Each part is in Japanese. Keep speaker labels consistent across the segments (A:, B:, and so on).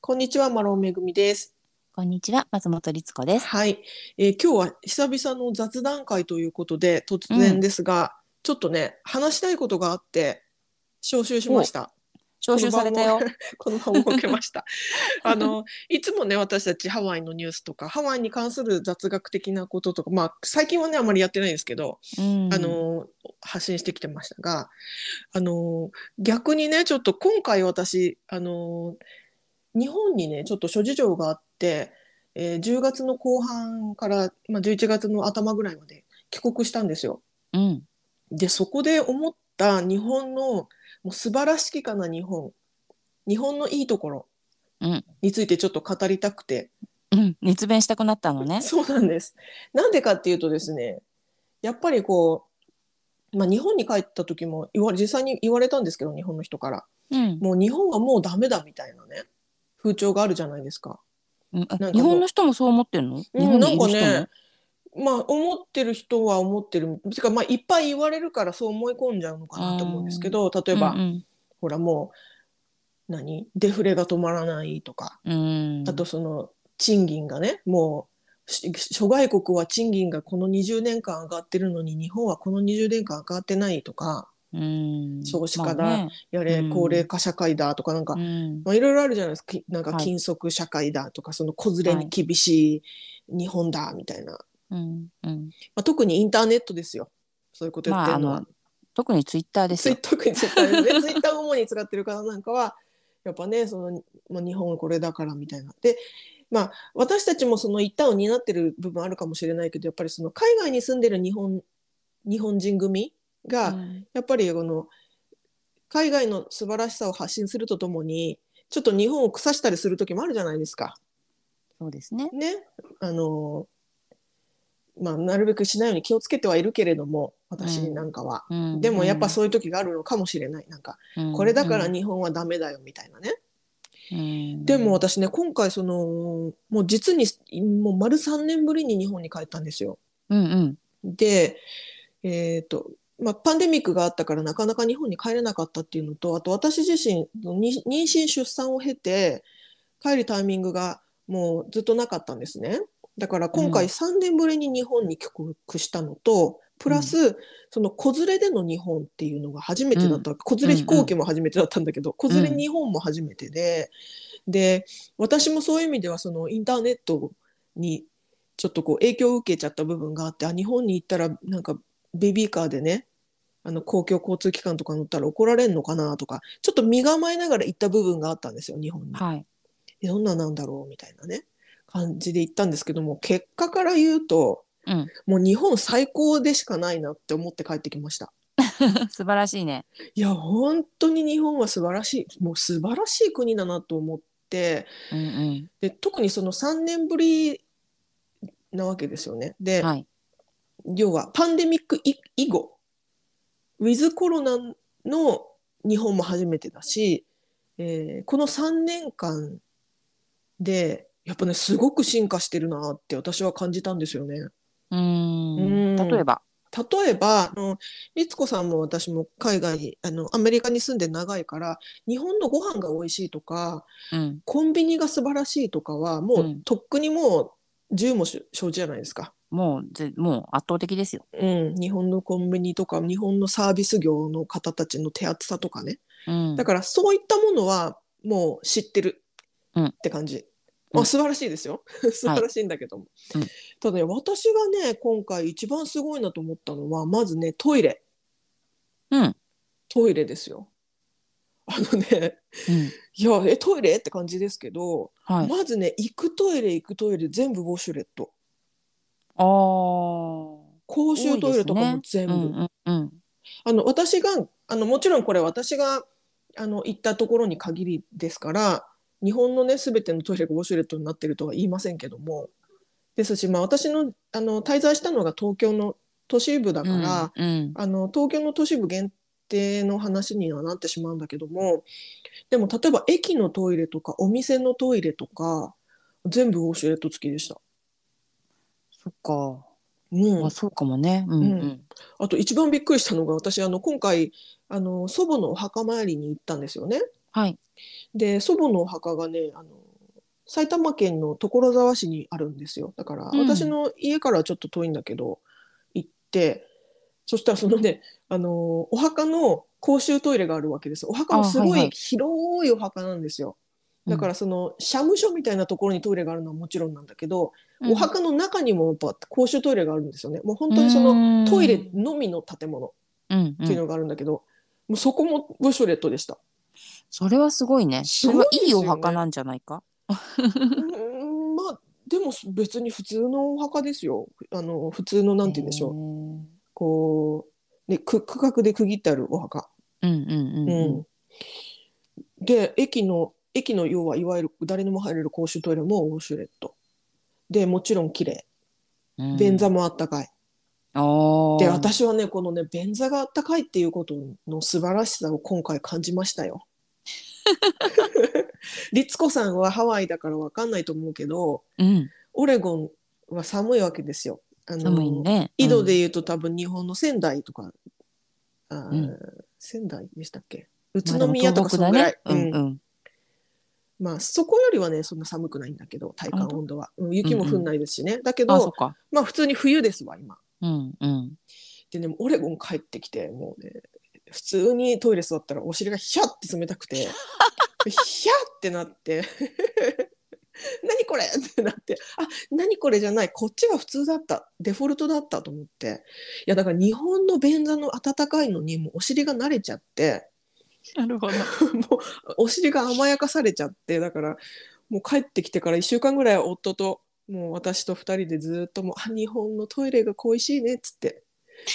A: こんにちは、マロンめぐみです。
B: こんにちは、松本律子です。
A: はい、えー今日は久々の雑談会ということで、突然ですが、ちょっとね、話したいことがあって。招集しました。
B: 招集されたよ。
A: この場を設けました。あの、いつもね、私たちハワイのニュースとか、ハワイに関する雑学的なこととか、まあ、最近はね、あまりやってないんですけど。
B: うん
A: あの発信してきてましたがあの逆にねちょっと今回私あの日本にねちょっと諸事情があって、えー10月の後半から、まあ、11月の頭ぐらいまで帰国したんですよ。
B: うん、
A: でそこで思った日本のもう素晴らしきかな日本日本のいいところ
B: うん
A: についてちょっと語りたくて、
B: うん、熱弁したくなったのね。
A: そうなんです。なんでかっていうとですね、やっぱりこう、まあ、日本に帰った時も言わ実際に言われたんですけど、日本の人から。
B: うん、
A: もう日本はもうダメだみたいなね、風潮があるじゃないですか。
B: うん
A: な
B: あ
A: んかもう
B: 日本の人もそう思ってるの？
A: うん
B: 日本にいる人
A: な
B: も
A: んかねまあ、思ってる人は思ってる。てか、まあ、いっぱい言われるからそう思い込んじゃうのかなと思うんですけど、例えば、
B: うん
A: ほらもう、何デフレが止まらないとか、
B: うん、うん
A: あと、その賃金がねもうし諸外国は賃金がこの20年間上がってるのに日本はこの20年間上がってないとか
B: うん、
A: 少子化だ
B: まあね
A: やれ
B: うん
A: 高齢化社会だとかなんか、
B: うん、
A: まあ、いろいろあるじゃないですかきなんか
B: はい
A: 禁足社会だとかその子連れに厳しい日本だみたいな、
B: うん、うん、
A: まあ、特にインターネットですよそういうこと言ってるのは、
B: まああ特にツイッターです
A: ツイ
B: よ。
A: 特にツイッターでねツイッターを主に使ってる方なんかはやっぱねその、まあ、日本はこれだからみたいな。でまあ私たちもその一端を担ってる部分あるかもしれないけどやっぱりその海外に住んでる日本日本人組が、
B: うん
A: やっぱりこの海外の素晴らしさを発信するとともにちょっと日本を腐したりする時もあるじゃないですか。
B: そうですね。
A: ね、あのまあ、なるべくしないように気をつけてはいるけれども私なんかは、
B: うん、
A: でもやっぱそういう時があるのかもしれないなんか
B: うん、うん
A: これだから、日本はダメだよみたいなね、
B: うん、
A: でも私ね今回そのもう実にもう丸3年ぶりに日本に帰ったんですよ
B: うん、うん、
A: でえっ、とまあ、パンデミックがあったからなかなか日本に帰れなかったっていうのとあと私自身に妊娠出産を経て帰るタイミングがもうずっとなかったんですねだから今回
B: うん
A: 3年ぶりに日本に帰国したのと、プラスその子連れでの日本っていうのが初めてだった、子連れ飛行機も初めてだったんだけど、子連れ日本も初めてで、で私もそういう意味ではそのインターネットにちょっとこう影響を受けちゃった部分があってあ日本に行ったらなんかベビーカーでねあの公共交通機関とか乗ったら怒られるのかなとかちょっと身構えながら行った部分があったんですよ日本に。
B: はい、
A: えどんななんだろうみたいなね感じで行ったんですけども結果から言うと
B: うん、
A: もう日本最高でしかないなって思って帰ってきました。
B: 素晴らしいね。
A: いや本当に日本は素晴らしいもう素晴らしい国だなと思って
B: うん、
A: で特にその3年ぶりなわけですよね。
B: う
A: で、
B: ん、はい、
A: 要はパンデミック以以後ウィズコロナの日本も初めてだし、えーこの3年間でやっぱねすごく進化してるなって私は感じたんですよね。
B: う
A: う
B: ん、
A: ん
B: 例えば、
A: 例えばあの律子さんも私も海外にあのアメリカに住んで長いから日本のご飯が美味しいとか
B: うん、
A: コンビニが素晴らしいとかはもう、
B: うん
A: とっくにもう10も承知じゃないですか。
B: もうぜもう圧倒的ですよ。
A: うん、日本のコンビニとか日本のサービス業の方たちの手厚さとかね
B: うん、
A: だからそういったものはもう知ってる
B: うん
A: って感じ、
B: う
A: あ
B: ん
A: 素晴らしいですよ 素晴らしいんだけども、
B: うん
A: ただね私がね今回一番すごいなと思ったのはまずねトイレ
B: うん、
A: トイレですよあのね
B: うん、
A: いやえトイレって感じですけど、
B: はい。
A: まずね行くトイレ行くトイレ全部ウォシュレット
B: ああ。
A: 公衆トイレとかも全部、
B: うんうん
A: あの私があのもちろんこれ私があの行ったところに限りですから日本のね全てのトイレがウォシュレットになってるとは言いませんけどもですし、まあ、私のあの滞在したのが東京の都市部だ
B: う
A: か
B: ん、
A: ら、
B: うん
A: あの東京の都市部限定の話にはなってしまうんだけどもでも例えば駅のトイレとかお店のトイレとか全部ウォシュレット付きでした。
B: そっか、
A: うん
B: まあ、そうかもね。うん
A: う
B: うん
A: あと一番びっくりしたのが私あの今回あの祖母のお墓参りに行ったんですよね。
B: はい。
A: で祖母のお墓がねあの埼玉県の所沢市にあるんですよだから
B: うん
A: 私の家からはちょっと遠いんだけど、行ってそしたらそのね、あのーお墓の公衆トイレがあるわけですお墓もす
B: あ
A: ご
B: はいはい
A: い広いお墓なんですよ、だからその社務所みたいなところにトイレがあるのはもちろんなんだけど、お墓の中にもやっぱ公衆トイレがあるんですよねもう本当にその
B: の
A: トイレのみの建物っていうのがあるんだけど、もうそこもウォシュレットでした。
B: それはすごいね。
A: す
B: そ
A: ごい
B: れは
A: ですよね
B: いいお墓なんじゃないか。
A: うんまあでも別に普通のお墓ですよあの普通のなんて言うんでしょう、
B: う。
A: こう、ね、区区画で区切ってあるお墓、
B: うんうんうんうん。
A: うんで駅の駅の要はいわゆる誰にも入れる公衆トイレもウォシュレットでもちろん綺麗
B: うん
A: 便座もあったかい、
B: ああ。
A: で私はねこのね便座があったかいっていうことの素晴らしさを今回感じました よ律子さんはハワイだからわかんないと思うけど、
B: うん。
A: オレゴンは寒いわけですよ。あの
B: 寒いね。
A: 緯度で言うと多分日本の仙台とか、あー
B: うん
A: 仙台でしたっけ宇
B: うん
A: 都宮とかそのぐらい、
B: まあでも東北
A: う
B: だね。う
A: ん
B: んうん。
A: まあそこよりはねそんな寒くないんだけど体感温度は、うん雪も降んないですしね、だけど
B: あそっか。
A: まあ普通に冬ですわ今
B: うんうん。
A: でねオレゴン帰ってきてもうね普通にトイレ座ったらお尻がヒャッて冷たくてヒャッてなって 何これってなってあ何これじゃないこっちが普通だったデフォルトだったと思っていやだから日本の便座の温かいのにもうお尻が慣れちゃって
B: なるほど。
A: もうお尻が甘やかされちゃってだからもう帰ってきてから1週間ぐらいは夫ともう私と2人でずっともうあ「日本のトイレが恋しいね」っつって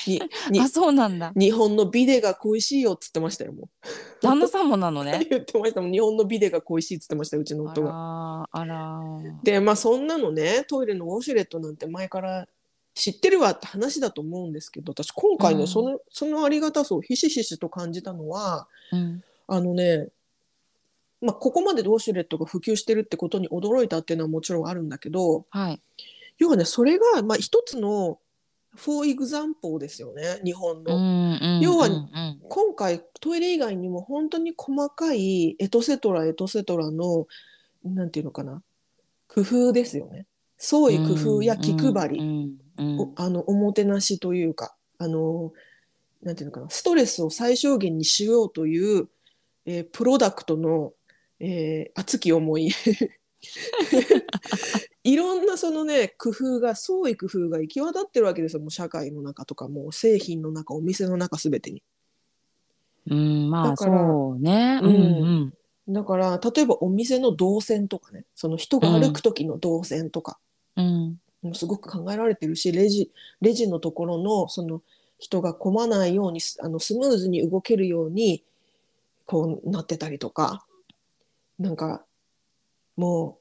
A: にに
B: あ、そうなんだ。
A: 日本のビデが恋しいよっつってましたよも
B: 旦那さんもなの
A: う
B: ね。
A: 言ってましたもん日本のビデが恋しいっつってましたようちの
B: あ
A: 夫が
B: ら、あら。
A: でまあそんなのねトイレのウォシュレットなんて前から知ってるわって話だと思うんですけど私今回ね、
B: うん
A: そのそのありがたさをひしひしと感じたのは
B: うん。
A: あのねまあ、ここまでウォシュレットが普及してるってことに驚いたっていうのはもちろんあるんだけど
B: はい。
A: 要はねそれがまあ一つのフォーイグザンポーですよね日本の。
B: うんうん。
A: 要は
B: うんうん
A: 今回トイレ以外にも本当に細かいエトセトラエトセトラのなんていうのかな工夫ですよね創意工夫や気配り、
B: り。うんうん
A: おあのおもてなしというかあのなんていうのかなストレスを最小限にしようという、えープロダクトの、えー熱き思 いいろんなそのね工夫が創意工夫が行き渡ってるわけですよもう社会の中とかもう製品の中お店の中すべてに。
B: うん、ま
A: だ
B: あ
A: から
B: そうね。
A: う
B: うんんうん。
A: だから例えばお店の動線とかねその人が歩く時の動線とか
B: うん。
A: もすごく考えられてるしレジレジのところのその人が混まないようにすあのスムーズに動けるようにこうなってたりとかなんかも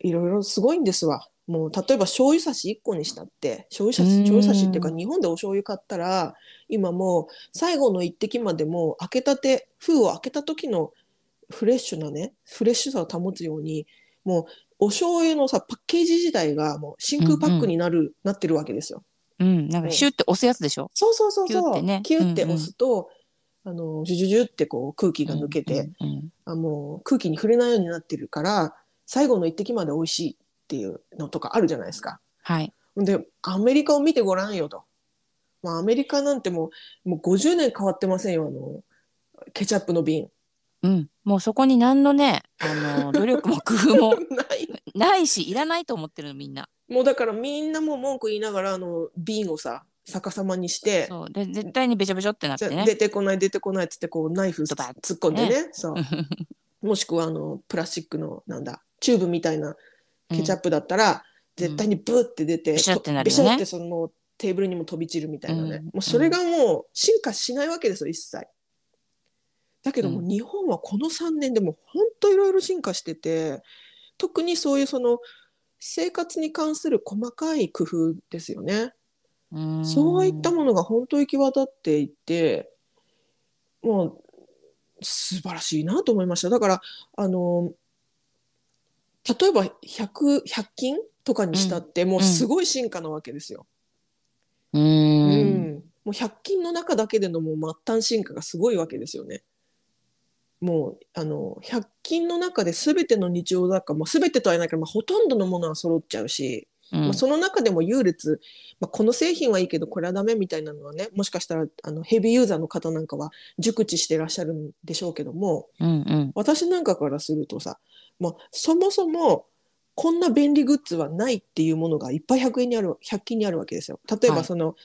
A: ういろいろすごいんですわ。もう例えば醤油差し1個にしたって醤油差し
B: うん
A: 醤油差しっていうか日本でお醤油買ったら今もう最後の一滴までもう開けたて封を開けた時のフレッシュなねフレッシュさを保つようにもうお醤油のさパッケージ自体がもう真空パックになる、なってるわけですよ。
B: うん。なんかシュって押すやつでしょ。
A: そうそうそうそう
B: キュッてね
A: キュッて押すと、あのジュジュジュってこう空気が抜けて、
B: うんうん
A: あもう空気に触れないようになってるから最後の一滴まで美味しいっていうのとかあるじゃないですか。
B: はい。
A: でアメリカを見てごらんよと。まあ、アメリカなんてもうもう50年変わってませんよあのケチャップの瓶。
B: うん。もうそこに何のね、あの、努力も工夫も
A: ない
B: ないし、いらないと思ってるのみんな。
A: もうだからみんなもう文句言いながらあの瓶をさ逆さまにして、
B: そう。で、絶対にべちゃべちゃってなっ
A: じゃ
B: てね
A: 出。てこない出てこないっつってこうナイフ
B: ドバッ
A: 突っ込んでねそう
B: うん
A: もしくはあのプラスチックのなんだチューブみたいなケチャップだったら、絶対にブーって出て、
B: ビシャってなるよね
A: ビシャってそのテーブルにも飛び散るみたいなね、
B: うん
A: もうそれがもう進化しないわけですよ一切。だけども
B: う
A: 日本はこの3年でも本当いろいろ進化してて特にそういうその生活に関する細かい工夫ですよね。
B: うん
A: そういったものが本当行き渡っていて、もう素晴らしいなと思いました。だから、あの、例えば100、100均とかにしたって、もうすごい進化なわけですよ。
B: う。
A: うんもう100均の中だけでのもう末端進化がすごいわけですよね。もうあの100均の中で全ての日用雑貨、まあ、全てとは言えないけど、まあ、ほとんどのものは揃っちゃうし、
B: うん
A: まあ、その中でも優劣、まあ、この製品はいいけどこれはダメみたいなのはねもしかしたらあのヘビーユーザーの方なんかは熟知してらっしゃるんでしょうけども
B: うんうん
A: 私なんかからするとさもうそもそもこんな便利グッズはないっていうものがいっぱい100円にある100均にあるわけですよ。例え
B: は
A: ば
B: い
A: その、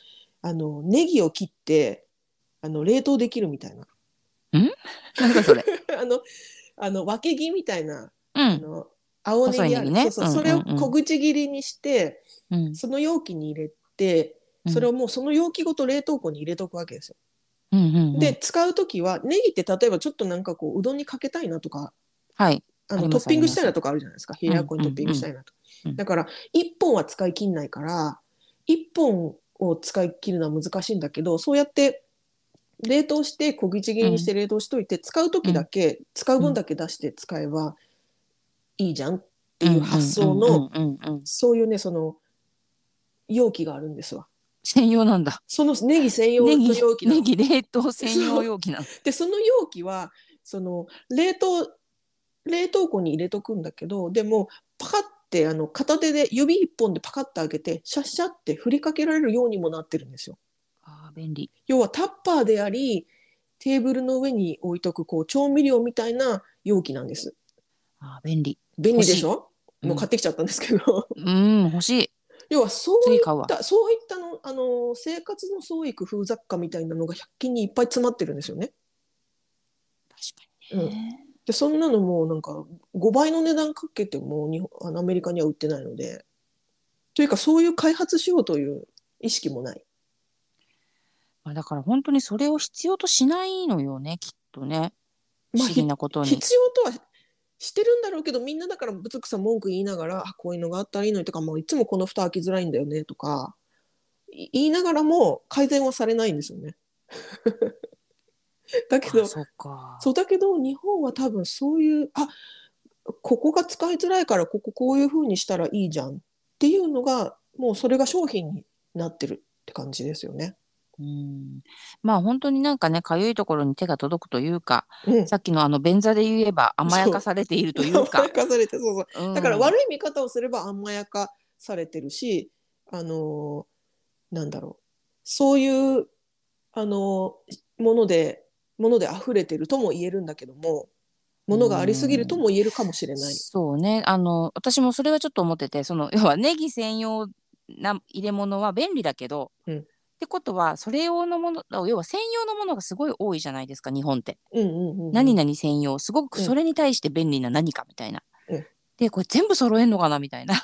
A: あのネギを切ってあの冷凍できるみたいな
B: なんかそれ
A: あのあの分け木みたいな
B: う
A: あ
B: ん
A: の青ネギあ
B: 細いネ
A: る
B: ギね
A: そう
B: うん
A: そううんそれを小口切りにして、
B: うん
A: その容器に入れて、
B: うん
A: それをもうその容器ごと冷凍庫に入れとくわけですよ。
B: うんうんうん
A: で使う時はネギって例えばちょっとなんかこううどんにかけたいなとか
B: はい
A: あ
B: あ
A: の
B: り
A: ト
B: ます
A: ッピングしたいなとかあるじゃないですか冷ややっこにトッピングしたいなと
B: うんうんうんうん
A: だから1本は使い切んないから1本を使い切るのは難しいんだけどそうやって冷凍して小口切りにして冷凍しといて、使う時だけ、使う分だけ出して使えばいいじゃんっていう発想の、
B: うんうんうんうんうん
A: そういうねその容器があるんですわ。
B: 専用なんだ
A: そのネギ専用の
B: ネギ
A: 容器なの
B: ネギ冷凍専用容器なの
A: でその容器はその冷凍冷凍庫に入れとくんだけどでもパカッてあの片手で指一本でパカッて開けてシャッシャッて振りかけられるようにもなってるんですよ。
B: あー便利
A: 要はタッパーでありテーブルの上に置いとくこう調味料みたいな容器なんです。
B: あー便利
A: 便利でしょ
B: うん
A: もう買ってきちゃったんですけど、
B: うん欲しい
A: 要はそうい
B: 次
A: っ
B: 買うわ
A: たそういったのあの生活の創意工夫雑貨みたいなのが100均にいっぱい詰まってるんですよね。
B: 確かにね、
A: でそんなのもうなんか5倍の値段かけても日本あのアメリカには売ってないのでというかそういう開発しようという意識もない
B: まあ、だから本当にそれを必要としないのよねきっとね不
A: まあ
B: 思議なことに、
A: 必要とはしてるんだろうけどみんなだからぶつくさ文句言いながらあこういうのがあったらいいのにとかもういつもこの蓋開きづらいんだよねとかい言いながらも改善はされないんですよね。 だけど
B: あそっか
A: そうだけど日本は多分そういうあここが使いづらいからこここういう風にしたらいいじゃんっていうのがもうそれが商品になってるって感じですよね。
B: うんまあ本当になんかねかゆいところに手が届くというか
A: うん、
B: さっきのあの便座で言えば甘やかされているという
A: 甘
B: か
A: やかされてそうそうだから
B: い、
A: 悪い見方をすれば甘やかされてるし、あのーなんだろうそういう、あのーものでもので溢れてるとも言えるんだけどもものがありすぎるとも言えるかもしれない。
B: そうねあの私もそれはちょっと思っててその要 はネギ専用な入れ物は便利だけど、
A: うん
B: ってことはそれ用のもの要は専用のものがすごい多いじゃないですか日本って。
A: うんうんうんうん、
B: 何々専用すご
A: う
B: く
A: ん
B: それに対して便利な何かみたいな、
A: うん
B: でこれ全部揃えんのかなみた いない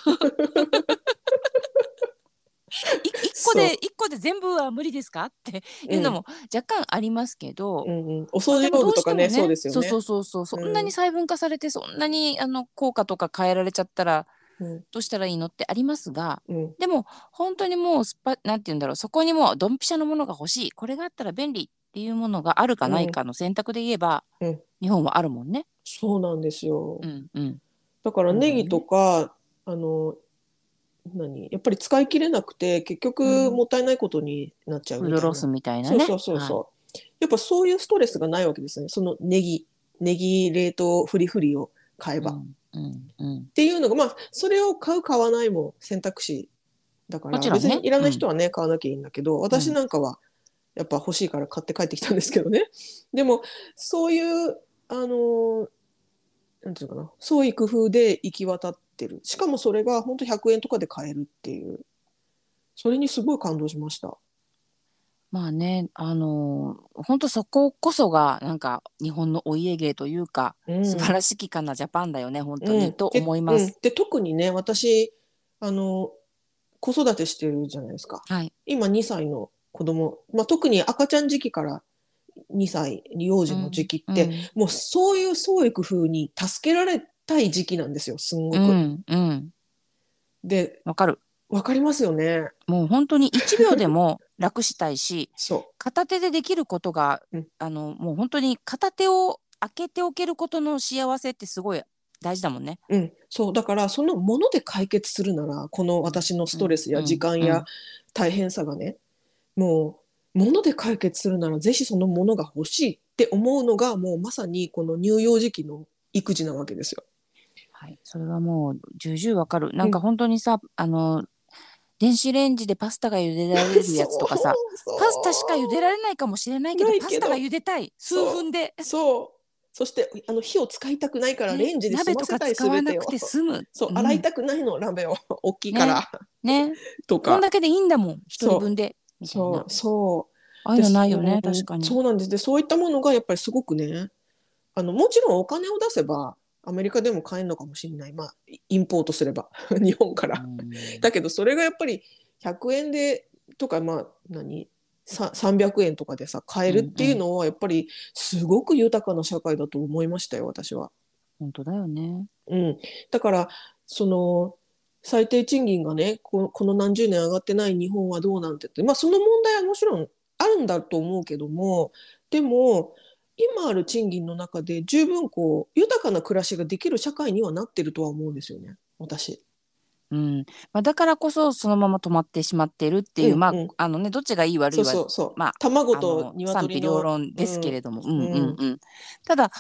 B: 一個
A: そう
B: で一個で全部は無理ですかっていうのも若干ありますけど、
A: うんうん、お掃除道具とかねそうですよね。
B: そうそうそうそう
A: うん
B: そんなに細分化されてそんなにあの効果とか変えられちゃったら
A: うん
B: どうしたらいいのってありますが
A: うん
B: でも本当にもうスパなんて言うんだろうそこにもうドンピシャのものが欲しいこれがあったら便利っていうものがあるかないかの選択で言えば、
A: うん
B: 日本はあるもんね。
A: そうなんですよ。
B: うんうん
A: だからネギとか、あの何やっぱり使い切れなくて結局
B: うん
A: もったいないことになっちゃう
B: フ
A: み
B: ー
A: たいな、
B: ドロスみたいな
A: そう
B: ね。
A: そうそうそう、やっぱそういうストレスがないわけですねそのネギネギ冷凍フリフリを買えば、
B: は
A: っ
B: いうんうんうん
A: ていうのがまあそれを買う買わないも選択肢だから、
B: もちろん
A: 別
B: ね
A: にいらない人はね、買わなきゃいいんだけど私なんかはやっぱ欲しいから買って帰ってきたんですけどね でもそういうあのーなんていうのかな創意工夫で行き渡ってるしかもそれが本当100円とかで買えるっていうそれにすごい感動しました。
B: まあねあのー、本当そここそがなんか日本のお家芸というか、
A: うん
B: 素晴らしきかなジャパンだよね本当
A: う
B: に、
A: ん
B: と
A: で
B: 思いま
A: うん
B: す。
A: で特にね私あの子育てしてるじゃないですか
B: はい。
A: 今2歳の子供、まあ、特に赤ちゃん時期から2歳幼児の時期って、もうそういう創意工夫に助けられたい時期なんですよすんごく。
B: うんうんうん
A: で
B: わかる。
A: わかりますよね
B: もう本当に1秒で も楽したいし
A: そ
B: 片手でできることが、
A: うん
B: あのもう本当に片手を開けておけることの幸せってすごい大事だもんね。
A: う,、うん、そうだからそのもので解決するならこの私のストレスや
B: うん
A: 時間
B: う
A: や
B: ん
A: 大変さがね、もうもので解決するならぜひそのものが欲しいっって思うのがもうまさにこの乳幼児期の育児なわけですよ。
B: はい、それはもう重々わかる。なんか本当にさ、あの電子レンジでパスタが茹でられるやつとかさ、
A: そう、
B: パスタしか茹でられないかもしれないけど
A: ないけ
B: パ
A: ど
B: スタが茹でたい数
A: そう
B: 分で。
A: そう。そしてあの火を使いたくないから
B: ね
A: レンジで済
B: 鍋
A: ま
B: と
A: せ
B: か
A: たり
B: 使
A: す
B: わ
A: べ
B: な
A: てよ
B: く。て済む。
A: そう
B: うん
A: 洗いたくないの鍋を 大きいから、
B: ね、
A: と
B: こ
A: か
B: ん。だけでいいんだもん一人分で。みたい
A: そ
B: な
A: うそう。
B: ああいうのないよね
A: で
B: 確かに。
A: そうなんですでそういったものがやっぱりすごくねあのもちろんお金を出せばアメリカでも買えるのかもしれない、まあ、イインポートすれば 日本から。
B: うん
A: だけどそれがやっぱり100円でとかまあ何さ300円とかでさ買えるっていうのはやっぱりすごく豊かな社会だと思いましたよ私は。
B: 本当だよね。
A: うん、だからその最低賃金がねここの何十年上がってない日本はどうなんてって、まあ、その問題はもちろんあるんだと思うけどもでも今ある賃金の中で十分こう豊かな暮らしができる社会にはなってるとは思うんですよね私。
B: うんまあ、だからこそそのまま止まってしまっているっていう、
A: うん
B: まあ
A: うん
B: あのねどっちがいい悪い
A: そう
B: は
A: そうそう、
B: まあ
A: 卵
B: あ
A: と
B: の賛
A: 鶏
B: 否
A: の
B: 両論ですけれども、うんんうんうんただ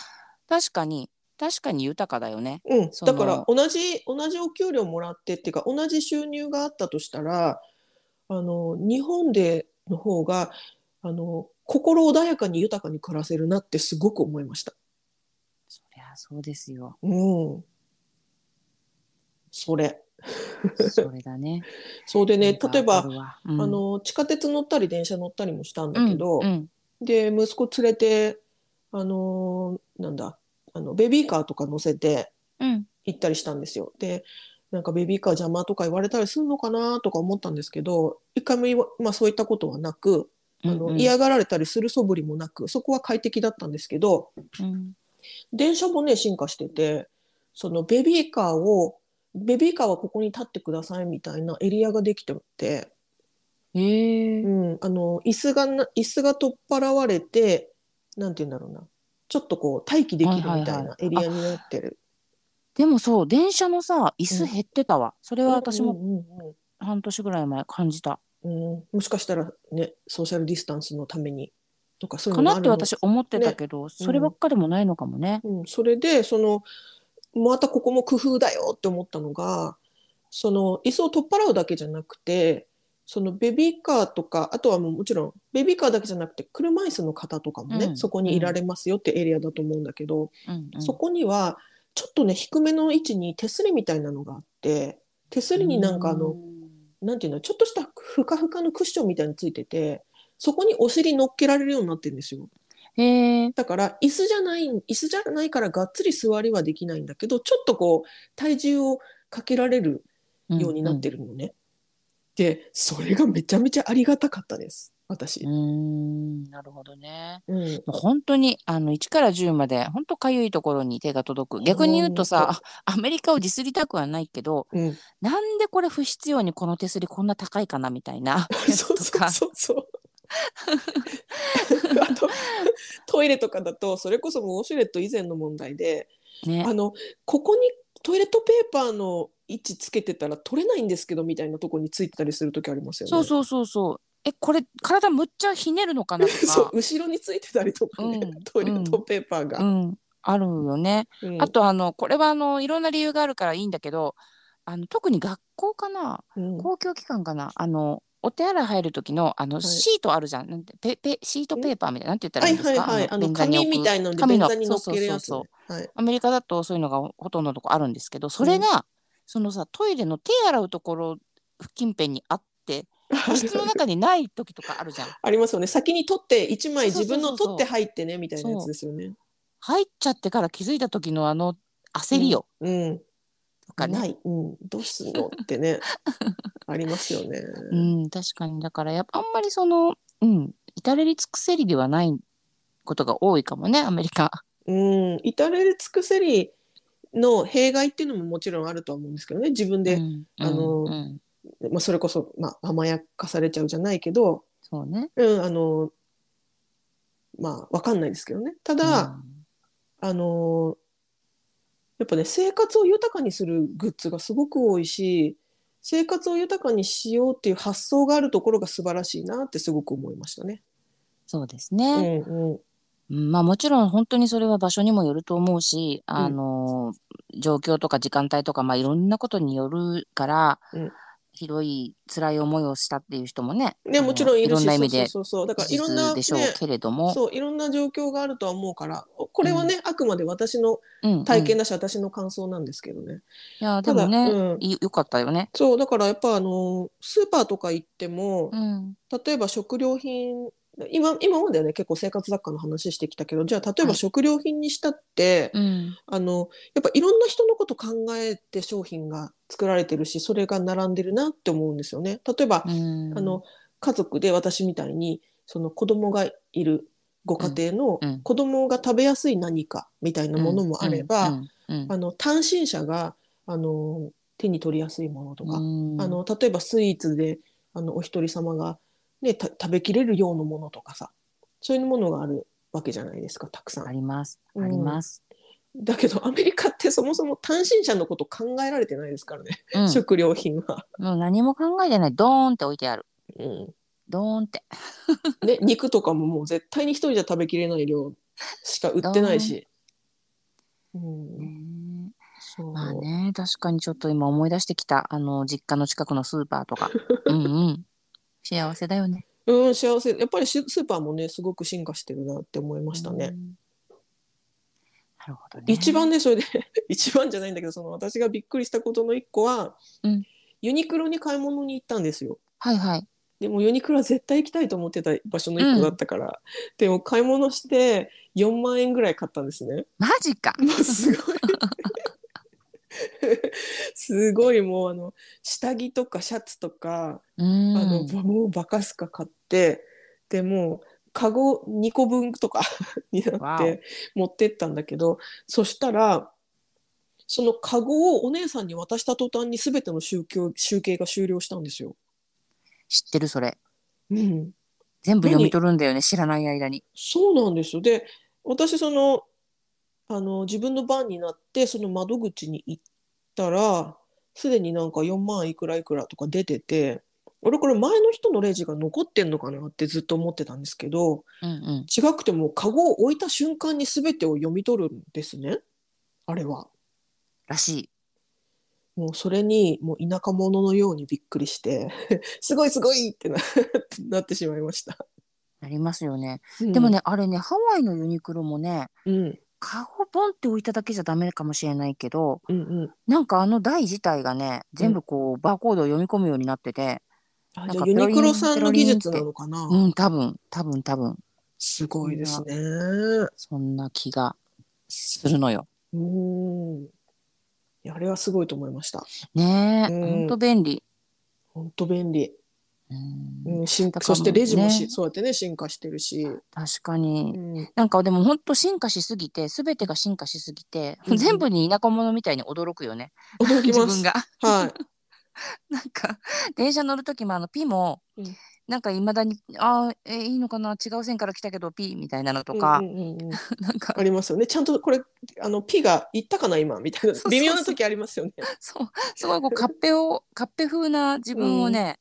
B: 確かに確かに豊かだよね。
A: うん、
B: その
A: だから同じ同じお給料もらってっていうか同じ収入があったとしたらあの日本での方があの心穏やかに豊かに暮らせるなってすごく思いました。。
B: そりゃそうですよ
A: うん、それ
B: それだね。
A: そうでね
B: なんか
A: 例えば
B: わかるわ、うん
A: あの地下鉄乗ったり電車乗ったりもしたんだけど、
B: うんうん
A: で息子連れてあのなんだあのベビーカーとか乗せて
B: うん
A: 行ったりしたんですよ。でなんかベビーカー邪魔とか言われたりするのかなとか思ったんですけど一回も言わ、まあ、そういったことはなくあの、
B: うんうん
A: 嫌がられたりする素振りもなくそこは快適だったんですけど
B: うん
A: 電車もね進化しててそのベビーカーをベビーカーはここに立ってくださいみたいなエリアができてて、
B: へえ
A: うん、あの椅子がな椅子が取っ払われてなんて言うんだろうなちょっとこう待機できるみたい
B: はいはいは
A: なエリアになってる。
B: でもそう電車のさ椅子減ってたわ、それは私
A: う
B: も
A: んうんうん
B: 半年ぐらい前感じた、
A: うん、もしかしたらねソーシャルディスタンスのためにとかそういう
B: か
A: のも
B: な
A: あ
B: っ
A: る
B: て
A: の
B: 私思ってたけど、そればっかでもないのかもね。
A: うん、それでそのまたここも工夫だよって思ったのがその椅子を取っ払うだけじゃなくてそのベビーカーとかあとはもうもちろんベビーカーだけじゃなくて車椅子の方とかもね、
B: うん
A: そこにいられますよってエリアだと思うんだけど、
B: うんうん、
A: そこにはちょっとね低めの位置に手すりみたいなのがあって手すりになんかあの、なんていうのちょっとしたふかふかのクッションみたいについててそこにお尻乗っけられるようになってるんですよ
B: うんへえ
A: だから椅子じゃない椅子じゃないからがっつり座りはできないんだけどちょっとこう体重をかけられるようになってるのね、でそれがめちゃめちゃありがたかったです私
B: う、んなるほどね。
A: うん
B: もう本当にあの1から10まで本当かゆいところに手が届く逆に言うとさあアメリカをディスりたくはないけど
A: うん、
B: なんでこれ不必要にこの手すりこんな高いかなみたいなやつ
A: そう
B: と
A: そう
B: か
A: そう そう。あとトイレとかだとそれこそもうウォシュレット以前の問題で
B: ね
A: あのここにトイレットペーパーの位置つけてたら取れないんですけどみたいなとこについてたりする時ありますよね。
B: そうそうそうそうえこれ体むっちゃひねるのかなと
A: そう
B: か
A: 後ろについてたりとかね、
B: うん
A: トイレットペーパー
B: う
A: が。
B: んあるよね。
A: うん
B: あとあのこれはあのいろんな理由があるからいいんだけどあの特に学校かな
A: うん
B: 公共機関かなあのお手洗い入る時のあの
A: い
B: シートあるじゃん、なんてペペシートペーパーみたいななんて言ったら
A: はい
B: い
A: い
B: んです
A: はい
B: か、
A: はいあの
B: 便座に
A: 紙
B: 置く
A: みたいなので
B: 紙
A: 便
B: の
A: 座に乗っけるやつ、ね
B: そうそう
A: はい
B: アメリカだとそういうのがほとんどのとこあるんですけどそれが、そのさトイレの手洗うところ付近辺にあって個室の中にない時とかあるじゃん
A: ありますよね先に取って一枚
B: そう
A: 自
B: そうそうそう
A: 分の取って入ってねみたいなやつですよね。
B: 入っちゃってから気づいた時のあの焦りよ、
A: うん
B: とかね
A: ない、うん、どうすんのってねありますよね。
B: うん、確かにだからやっぱあんまりその、うん、至れり尽くせりではないことが多いかもねアメリカ。
A: うん、至れり尽くせりの弊害っていうのももちろんあるとは思うんですけどね自分
B: う
A: で、
B: ん
A: あの
B: うん
A: まあ、それこそ、まあ、甘やかされちゃうじゃないけど、
B: そうね。
A: うん、あのまあわかんないですけどねただ、あのやっぱね生活を豊かにするグッズがすごく多いし生活を豊かにしようっていう発想があるところが素晴らしいなってすごく思いましたね。
B: そうです
A: う
B: ね。
A: んうん
B: ううんまあもちろん本当にそれは場所にもよると思うし、あの、状況とか時間帯とか、まあいろんなことによるから、
A: うん
B: ひどい辛い思いをしたっていう人もね、
A: ね、
B: あの
A: もちろんいるし、
B: ろんな意味で
A: そうそうそうそうだからいろん
B: 事
A: な、
B: 実
A: ね
B: でしょうけれども、
A: そういろんな状況があるとは思うから、これはね、あくまで私の
B: うんうん
A: 体験だし、私の感想なんですけどね。
B: いや、で
A: ただ、
B: もね、
A: うん、
B: いよかったよね。
A: そうだからやっぱあのスーパーとか行っても、
B: うん。
A: 例えば食料品今今まではね結構生活雑貨の話してきたけどじゃあ例え
B: は
A: ば
B: い
A: 食料品にしたって、
B: うん。
A: あのやっぱいろんな人のこと考えて商品が作られてるしそれが並んでるなって思うんですよね。例えば、
B: うん
A: あの家族で私みたいにその子供がいるご家庭の
B: うんうん
A: 子供が食べやすい何かみたいなものもあれば、
B: うんうん
A: あの単身者があの手に取りやすいものとか、
B: うん
A: あの例えばスイーツであのお一人様が、ね、た食べきれるようなものとかさそういうものがあるわけじゃないですかたくさ
B: あ
A: ん。
B: ります。
A: うん
B: あります。
A: だけどアメリカってそもそも単身者のこと考えられてないですからね、
B: うん
A: 食料品は。
B: もう何も考えてない。ドーンって置いてある。
A: うん
B: ドーンって。
A: ね、肉とかももう絶対に一人じゃ食べきれない量しか売ってないし。うん、
B: ね
A: そう
B: まあね、確かにちょっと今思い出してきた。あの、実家の近くのスーパー とか。うんうん。幸せだよね。
A: うん、幸せやっぱりしスーパーもねすごく進化してるなって思いましたね。
B: うん。なるほどね。
A: 一番ねそれで 一番じゃないんだけどその私がびっくりしたことの一個は、
B: うん
A: ユニクロに買い物に行ったんですよ
B: はいはい。
A: でもユニクロは絶対行きたいと思ってた場所の一個だったから、でも買い物して4万円ぐらい買ったんですね
B: マジか。
A: もうすごいすごいもうあの下着とかシャツとか、
B: うん。
A: あのもうバカスカ買ってでもうカゴ2個分とか になっ
B: わお
A: て持ってったんだけどそしたらそのカゴをお姉さんに渡した途端に全ての集計集計が終了したんですよ。
B: 知ってるそれ。
A: うん、
B: 全部読み取るんだよね。知らない間に。
A: そうなんですよで私そのあの自分の番になってその窓口に行ったらすでになんか4万いくらいくらとか出てて俺これ前の人のレジが残ってんのかなってずっと思ってたんですけど、
B: うんうん。
A: 違くてもカゴを置いた瞬間に全てを読み取るんですねあれは
B: らしい。
A: もうそれにもう田舎者のようにびっくりして すごいすごいってななってしまいました、
B: なりますよね。でもね、あれね、ハワイのユニクロもね、
A: うん、うん
B: カゴポンって置いただけじゃダメかもしれないけど、
A: うんうん
B: なんかあの台自体がね、全部こう、バーコードを読み込むようになってて、
A: あ
B: なんか
A: じゃあユニクロさんの技術なのかな、
B: うん、多分、多分、多分、
A: すごいですね
B: そんな気がするのよ。
A: うんいやあれはすごいと思いました
B: ねえ、
A: うん
B: ほんと便利。
A: 本当便利、
B: うん、
A: うん、進
B: だから
A: そしてレジもし、
B: ね
A: そうやってね進化してるし、
B: 確かに。
A: うん、
B: なんかでもほんと進化しすぎて、すべてが進化しすぎて、
A: うん
B: 全部に田舎者みたいに驚くよね。
A: 驚き
B: 自
A: ま
B: 分
A: す
B: が。
A: はい
B: なんか電車乗る時もあの P も、
A: うん
B: なんかいまだに「あーえいいのかな違う線から来たけど P」みたいなのとか、
A: うんうんうんうん
B: なんか
A: ありますよね。ちゃんとこれ、あの、P が言ったかな、今、みたいな
B: そうそ。う
A: 微妙な時ありますよね。
B: そうすごいこうカッペをカッペ風な自分をね、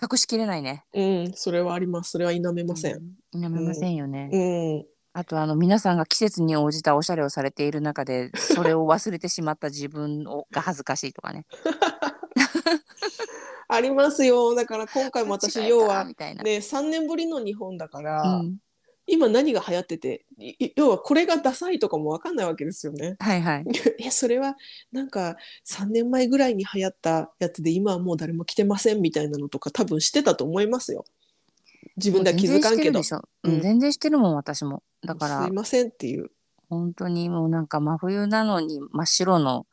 B: 隠しきれないね。
A: うん、それはあります。それは否めません。
B: うん。やめませんよね。
A: うん。
B: あとあの皆さんが季節に応じたおしゃれをされている中でそれを忘れてしまった自分をが恥ずかしい とかね。
A: ありますよ。だから今回も私、
B: 間違えた
A: 要は、
B: みたいな。
A: ね、3年ぶりの日本だから、
B: うん、
A: 今何が流行ってて、いい要はこれがダサいとかもわかんないわけですよね。
B: はいはい。
A: え、それはなんか3年前ぐらいに流行ったやつで今はもう誰も着てませんみたいなのとか多分してたと思いますよ。自分では気づかんけど。
B: もう全然してるでしょ
A: うん
B: うん、全然してるもん私も。だから
A: すいませんっていう。
B: 本当にもうなんか真冬なのに真っ白の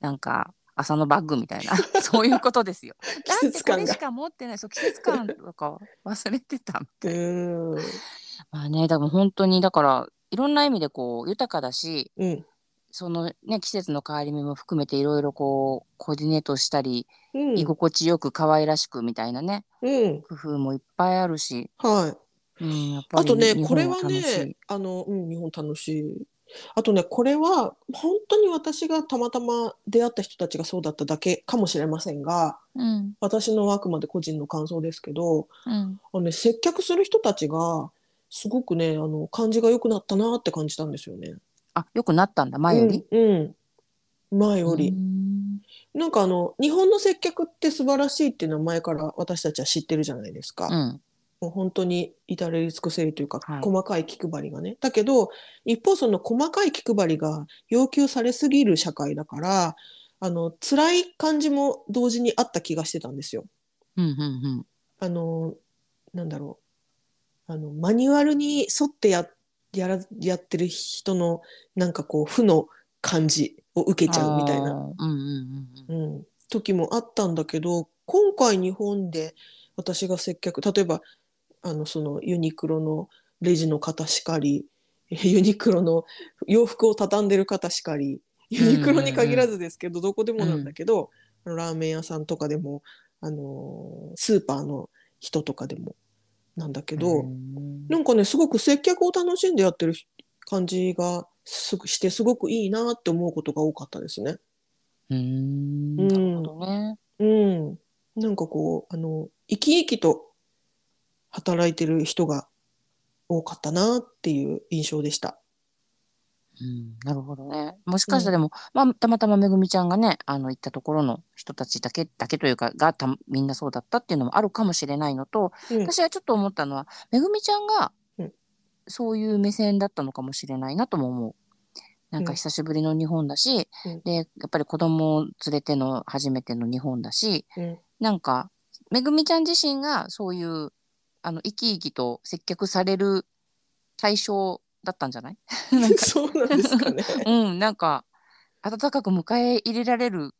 B: なんか朝のバッグみ たいなそういうことですよ。
A: 季節感が
B: だってこれしか持ってないそう季節感と か忘れてたみた
A: う
B: いな。
A: ん。
B: まあね多分本当にだからいろんな意味でこう豊かだし
A: うん。
B: そのね季節の変わり目も含めていろいろこうコーディネートしたり、
A: うん
B: 居心地よく可愛らしくみたいなね
A: うん。
B: 工夫もいっぱいあるし、
A: はい。
B: うん、やっぱ
A: あ
B: り
A: とね、
B: 日
A: こ
B: 本
A: れは
B: 楽しい
A: ね、あの、うん、日本楽しい。あとね、これは本当に私がたまたま出会った人たちがそうだっただけかもしれませんが、
B: うん
A: 私のあくまで個人の感想ですけど、
B: うん
A: あのね、接客する人たちが、すごくねあの感じが良くなったなって感じたんですよね。
B: あ、よくなったんだ、前より。
A: うん、うん、前より
B: うー、ん
A: なんかあの日本の接客って素晴らしいっていうのは前から私たちは知ってるじゃないですか。
B: うん。
A: もう本当に至れり尽くせりというか、
B: はい
A: 細かい気配りがね。だけど、一方その細かい気配りが要求されすぎる社会だから、あの、辛い感じも同時にあった気がしてたんですよ。
B: うんうん
A: あの、なんだろう。あの、マニュアルに沿ってや、やら、やってる人の、なんかこう、負の感じを受
B: うん。
A: けちゃうみたいな。
B: あー。うんうんうんうん。
A: うん、時もあったんだけど今回日本で私が接客例えばあのそのユニクロのレジの方しかり えユニクロの洋服を畳んでる方しかりユニクロに限らずですけど、どこでもなんだけど、あのラーメン屋さんとかでも、あのースーパーの人とかでもなんだけど、
B: うん
A: なんかねすごく接客を楽しんでやってる感じがすごしてすごくいいなって思うことが多かったですね。
B: うーんなるほどね。
A: うん、なんかこうあの生き生きと働いてる人が多かったなっていう印象でした。
B: うん、なるほどね。もしかしたらでも、まあ、たまたまめぐみちゃんがね、あの、行ったところの人たちだけ、だけというか、がた、みんなそうだったっていうのもあるかもしれないのと、
A: うん
B: 私はちょっと思ったのは、めぐみちゃんが
A: うん、
B: そういう目線だったのかもしれないなとも思う。なん
A: うん
B: か久しぶりの日本だし、
A: うん
B: で、やっぱり子供を連れての初めての日本だし、
A: うん
B: なんか、めぐみちゃん自身がそういう、あの、生き生きと接客される対象だったんじゃないなん か
A: そうなんですかね。
B: うん、なんか、温かく迎え入れられる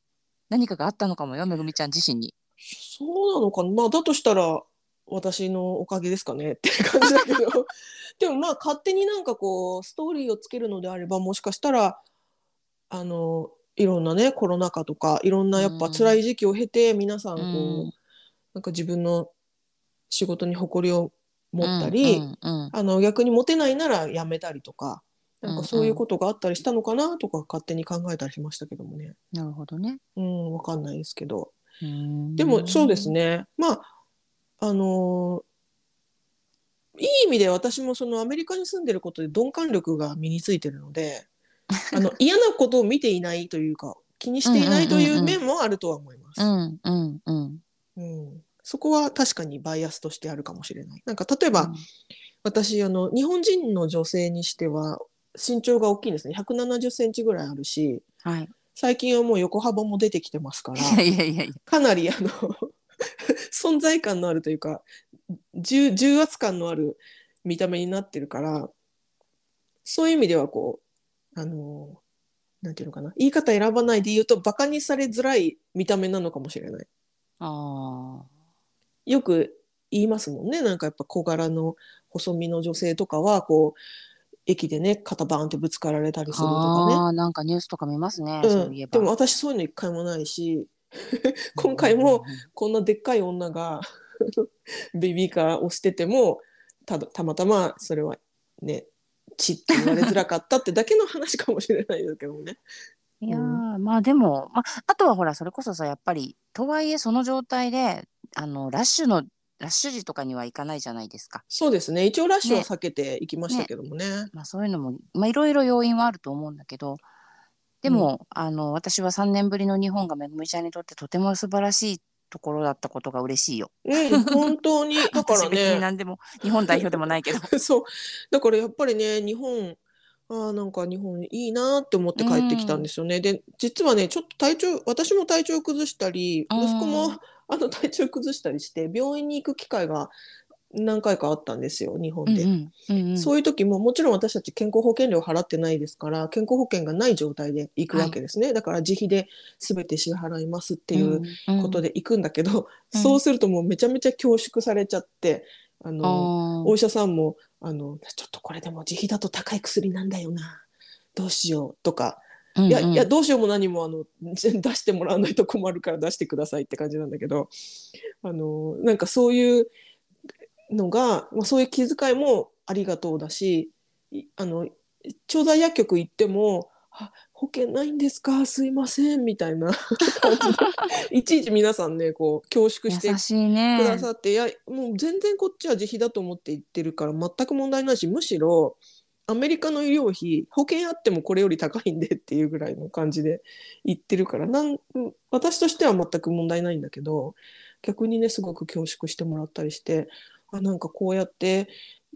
B: 何かがあったのかもよ、めぐみちゃん自身に。
A: そうなのかな。まあだとしたら私のおかげですかね って感じだけ ど、でもまあ勝手になんかこうストーリーをつけるのであればもしかしたらあのいろんなねコロナ禍とかいろんなやっぱ辛い時期を経て皆さんこう、
B: うん
A: なんか自分の仕事に誇りを持ったり、
B: うんうんうん
A: あの逆にモテないならやめたりとか、なん
B: うんう
A: か
B: ん
A: そういうことがあったりしたのかなとか勝手に考えたりしましたけどもね。
B: なるほどね。
A: うん、わかんないですけど。
B: うん
A: でもそうです。ね。まあ、あのーいい意味で私もそのアメリカに住んでることで鈍感力が身についてるので、あの嫌なことを見ていないというか、気にしていないという面もあるとは思います
B: う。んうんうん。
A: うん、そこは確かにバイアスとしてあるかもしれない。なんか例えば、
B: うん
A: 私あの日本人の女性にしては身長が大きいんですね170センチぐらいあるし
B: はい。
A: 最近はもう横幅も出てきてます から
B: いやいやいやいや。
A: かなりあの 存在感のあるというか重重圧感のある見た目になってるからそういう意味ではこうあのなんていうのかな言い方選ばないで言うとバカにされづらい見た目なのかもしれない。
B: あ
A: よく言いますもんねなんかやっぱ小柄の細身の女性とかはこう駅でね肩バーンってぶつかられたり
B: ー
A: するとか
B: あー、なんかニュースとか見ますね。
A: ね、
B: そうういえ
A: ん、
B: ば。
A: でも私そういうの一回もないし 今回もこんなでっかい女が ベビーカーを押しててもただたまたまそれはねちって言われづらかったってだけの話かもしれないですけども ね。
B: いやーまあでも、まあ、あとはほらそれこそさやっぱりとはいえその状態であのラッシュのラッシュ時とかには行かないじゃないですか。
A: そうですね一応ラッシュは避けていきましたけどもね。
B: まあ、そういうのもまあいろいろ要因はあると思うんだけどでも、あの私は3年ぶりの日本がめぐみちゃんにとってとても素晴らしいところだったことが嬉しいよ。
A: うん本当にだから
B: 私別に
A: ね。
B: 何でも日本代表でもないけど。
A: そうだからやっぱりね日本ああなんか日本いいなって思って帰ってきたんですよね、で実はねちょっと体調私も体調崩したり
B: あー
A: 息子も あの体調崩したりして病院に行く機会が何回かあったんですよ日本
B: うん
A: で、
B: うんうんうん
A: そういう時ももちろん私たち健康保険料払ってないですから健康保険がない状態で行くわけですね、だから自費で全て支払いますっていうことで行くんだけど、
B: うん
A: そうするともうめちゃめちゃ恐縮されちゃってあ
B: う
A: の
B: んうん
A: お医者さんもあの「ちょっとこれでも自費だと高い薬なんだよなどうしよう」とか
B: あー
A: 「いや
B: うんうん
A: いやどうしようも何もあの 出してもらわないと困るから出してください」って感じなんだけどあのなんかそういうのが、まあ、そういう気遣いもありがとうだしいあの調剤薬局行ってもあ保険ないんですかすいません」みたいな感じ でいちいち皆さんねこう恐縮して
B: 優しい
A: く
B: ね
A: だ。さって、いやもう全然こっちは自費だと思って言ってるから全く問題ないしむしろアメリカの医療費保険あってもこれより高いんでっていうぐらいの感じで言ってるからなん私としては全く問題ないんだけど逆にねすごく恐縮してもらったりしてあなんかこうやって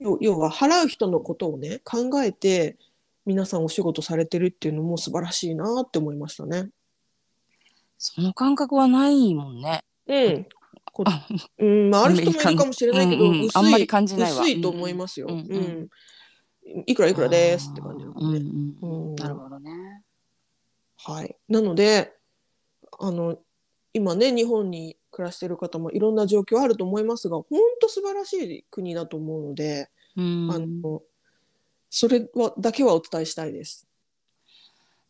A: 要要は払う人のことをね考えて皆さんお仕事されてるっていうのも素晴らしいなって思いましたね。
B: その感覚はないもんね。
A: うん、こ
B: あ
A: うん、まあ、ある人もいるかもしれないけど、
B: うんうん
A: 薄い
B: あんまり感じないわ
A: 薄いと思いますよ。う
B: うんんうんうん
A: いくらいくらですって感じな
B: うんん
A: で
B: う
A: ね、
B: ん
A: うん
B: なるほどね。
A: はい。なので、あの、今ね、日本に暮らしている方もいろんな状況あると思いますが、本当素晴らしい国だと思うので、
B: うん
A: あの、それはだけはお伝えしたいです。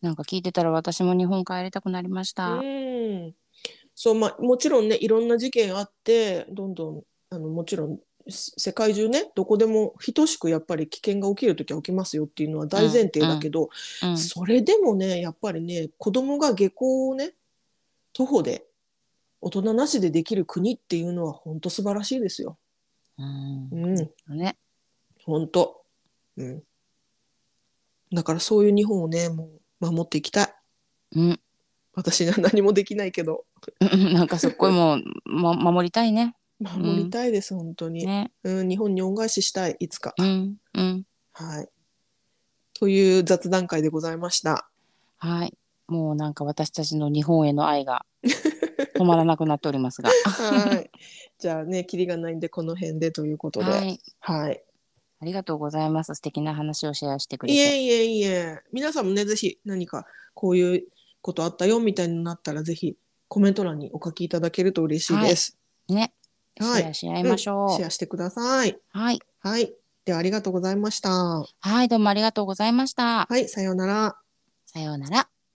B: なんか聞いてたら私も日本帰りたくなりました。
A: うん、そうまあもちろんねいろんな事件あってどんどんあのもちろんせ世界中ねどこでも等しくやっぱり危険が起きる時は起きますよっていうのは大前提だけど、
B: うん
A: それでもねやっぱりね子供が下校をね徒歩で大人なしでできる国っていうのは本当素晴らしいですよ。
B: うん
A: うん、
B: ね。
A: 本当、うん、だからそういう日本をねもう守っていきたい
B: うん。
A: 私には何もできないけど
B: うん なんかすっごいも う、ま、守りたいね。
A: 守りたいです、本当に。
B: ね。
A: うん、日本に恩返ししたい、いつか。
B: うん。うん。
A: はい。という雑談会でございました。
B: はい。もうなんか私たちの日本への 愛が止まらなくなっておりますが。
A: はい。じゃあね、キリがないんで、この辺でということで。は。
B: はいい。ありがとうございます。素敵な話をシェアしてくれ
A: い、
B: て。
A: えいえいえ、皆さんもね、ぜひ何かこういうことあったよみたいになったら、ぜひコメント欄にお書きいただけると嬉しいです。
B: ね。シ
A: はい
B: ェアし合いましょう。
A: シェアしてください。
B: はい。
A: はい。では、ありがとうございました。は
B: はい。どうもありがとうございました。
A: い、さようなら。
B: さようなら。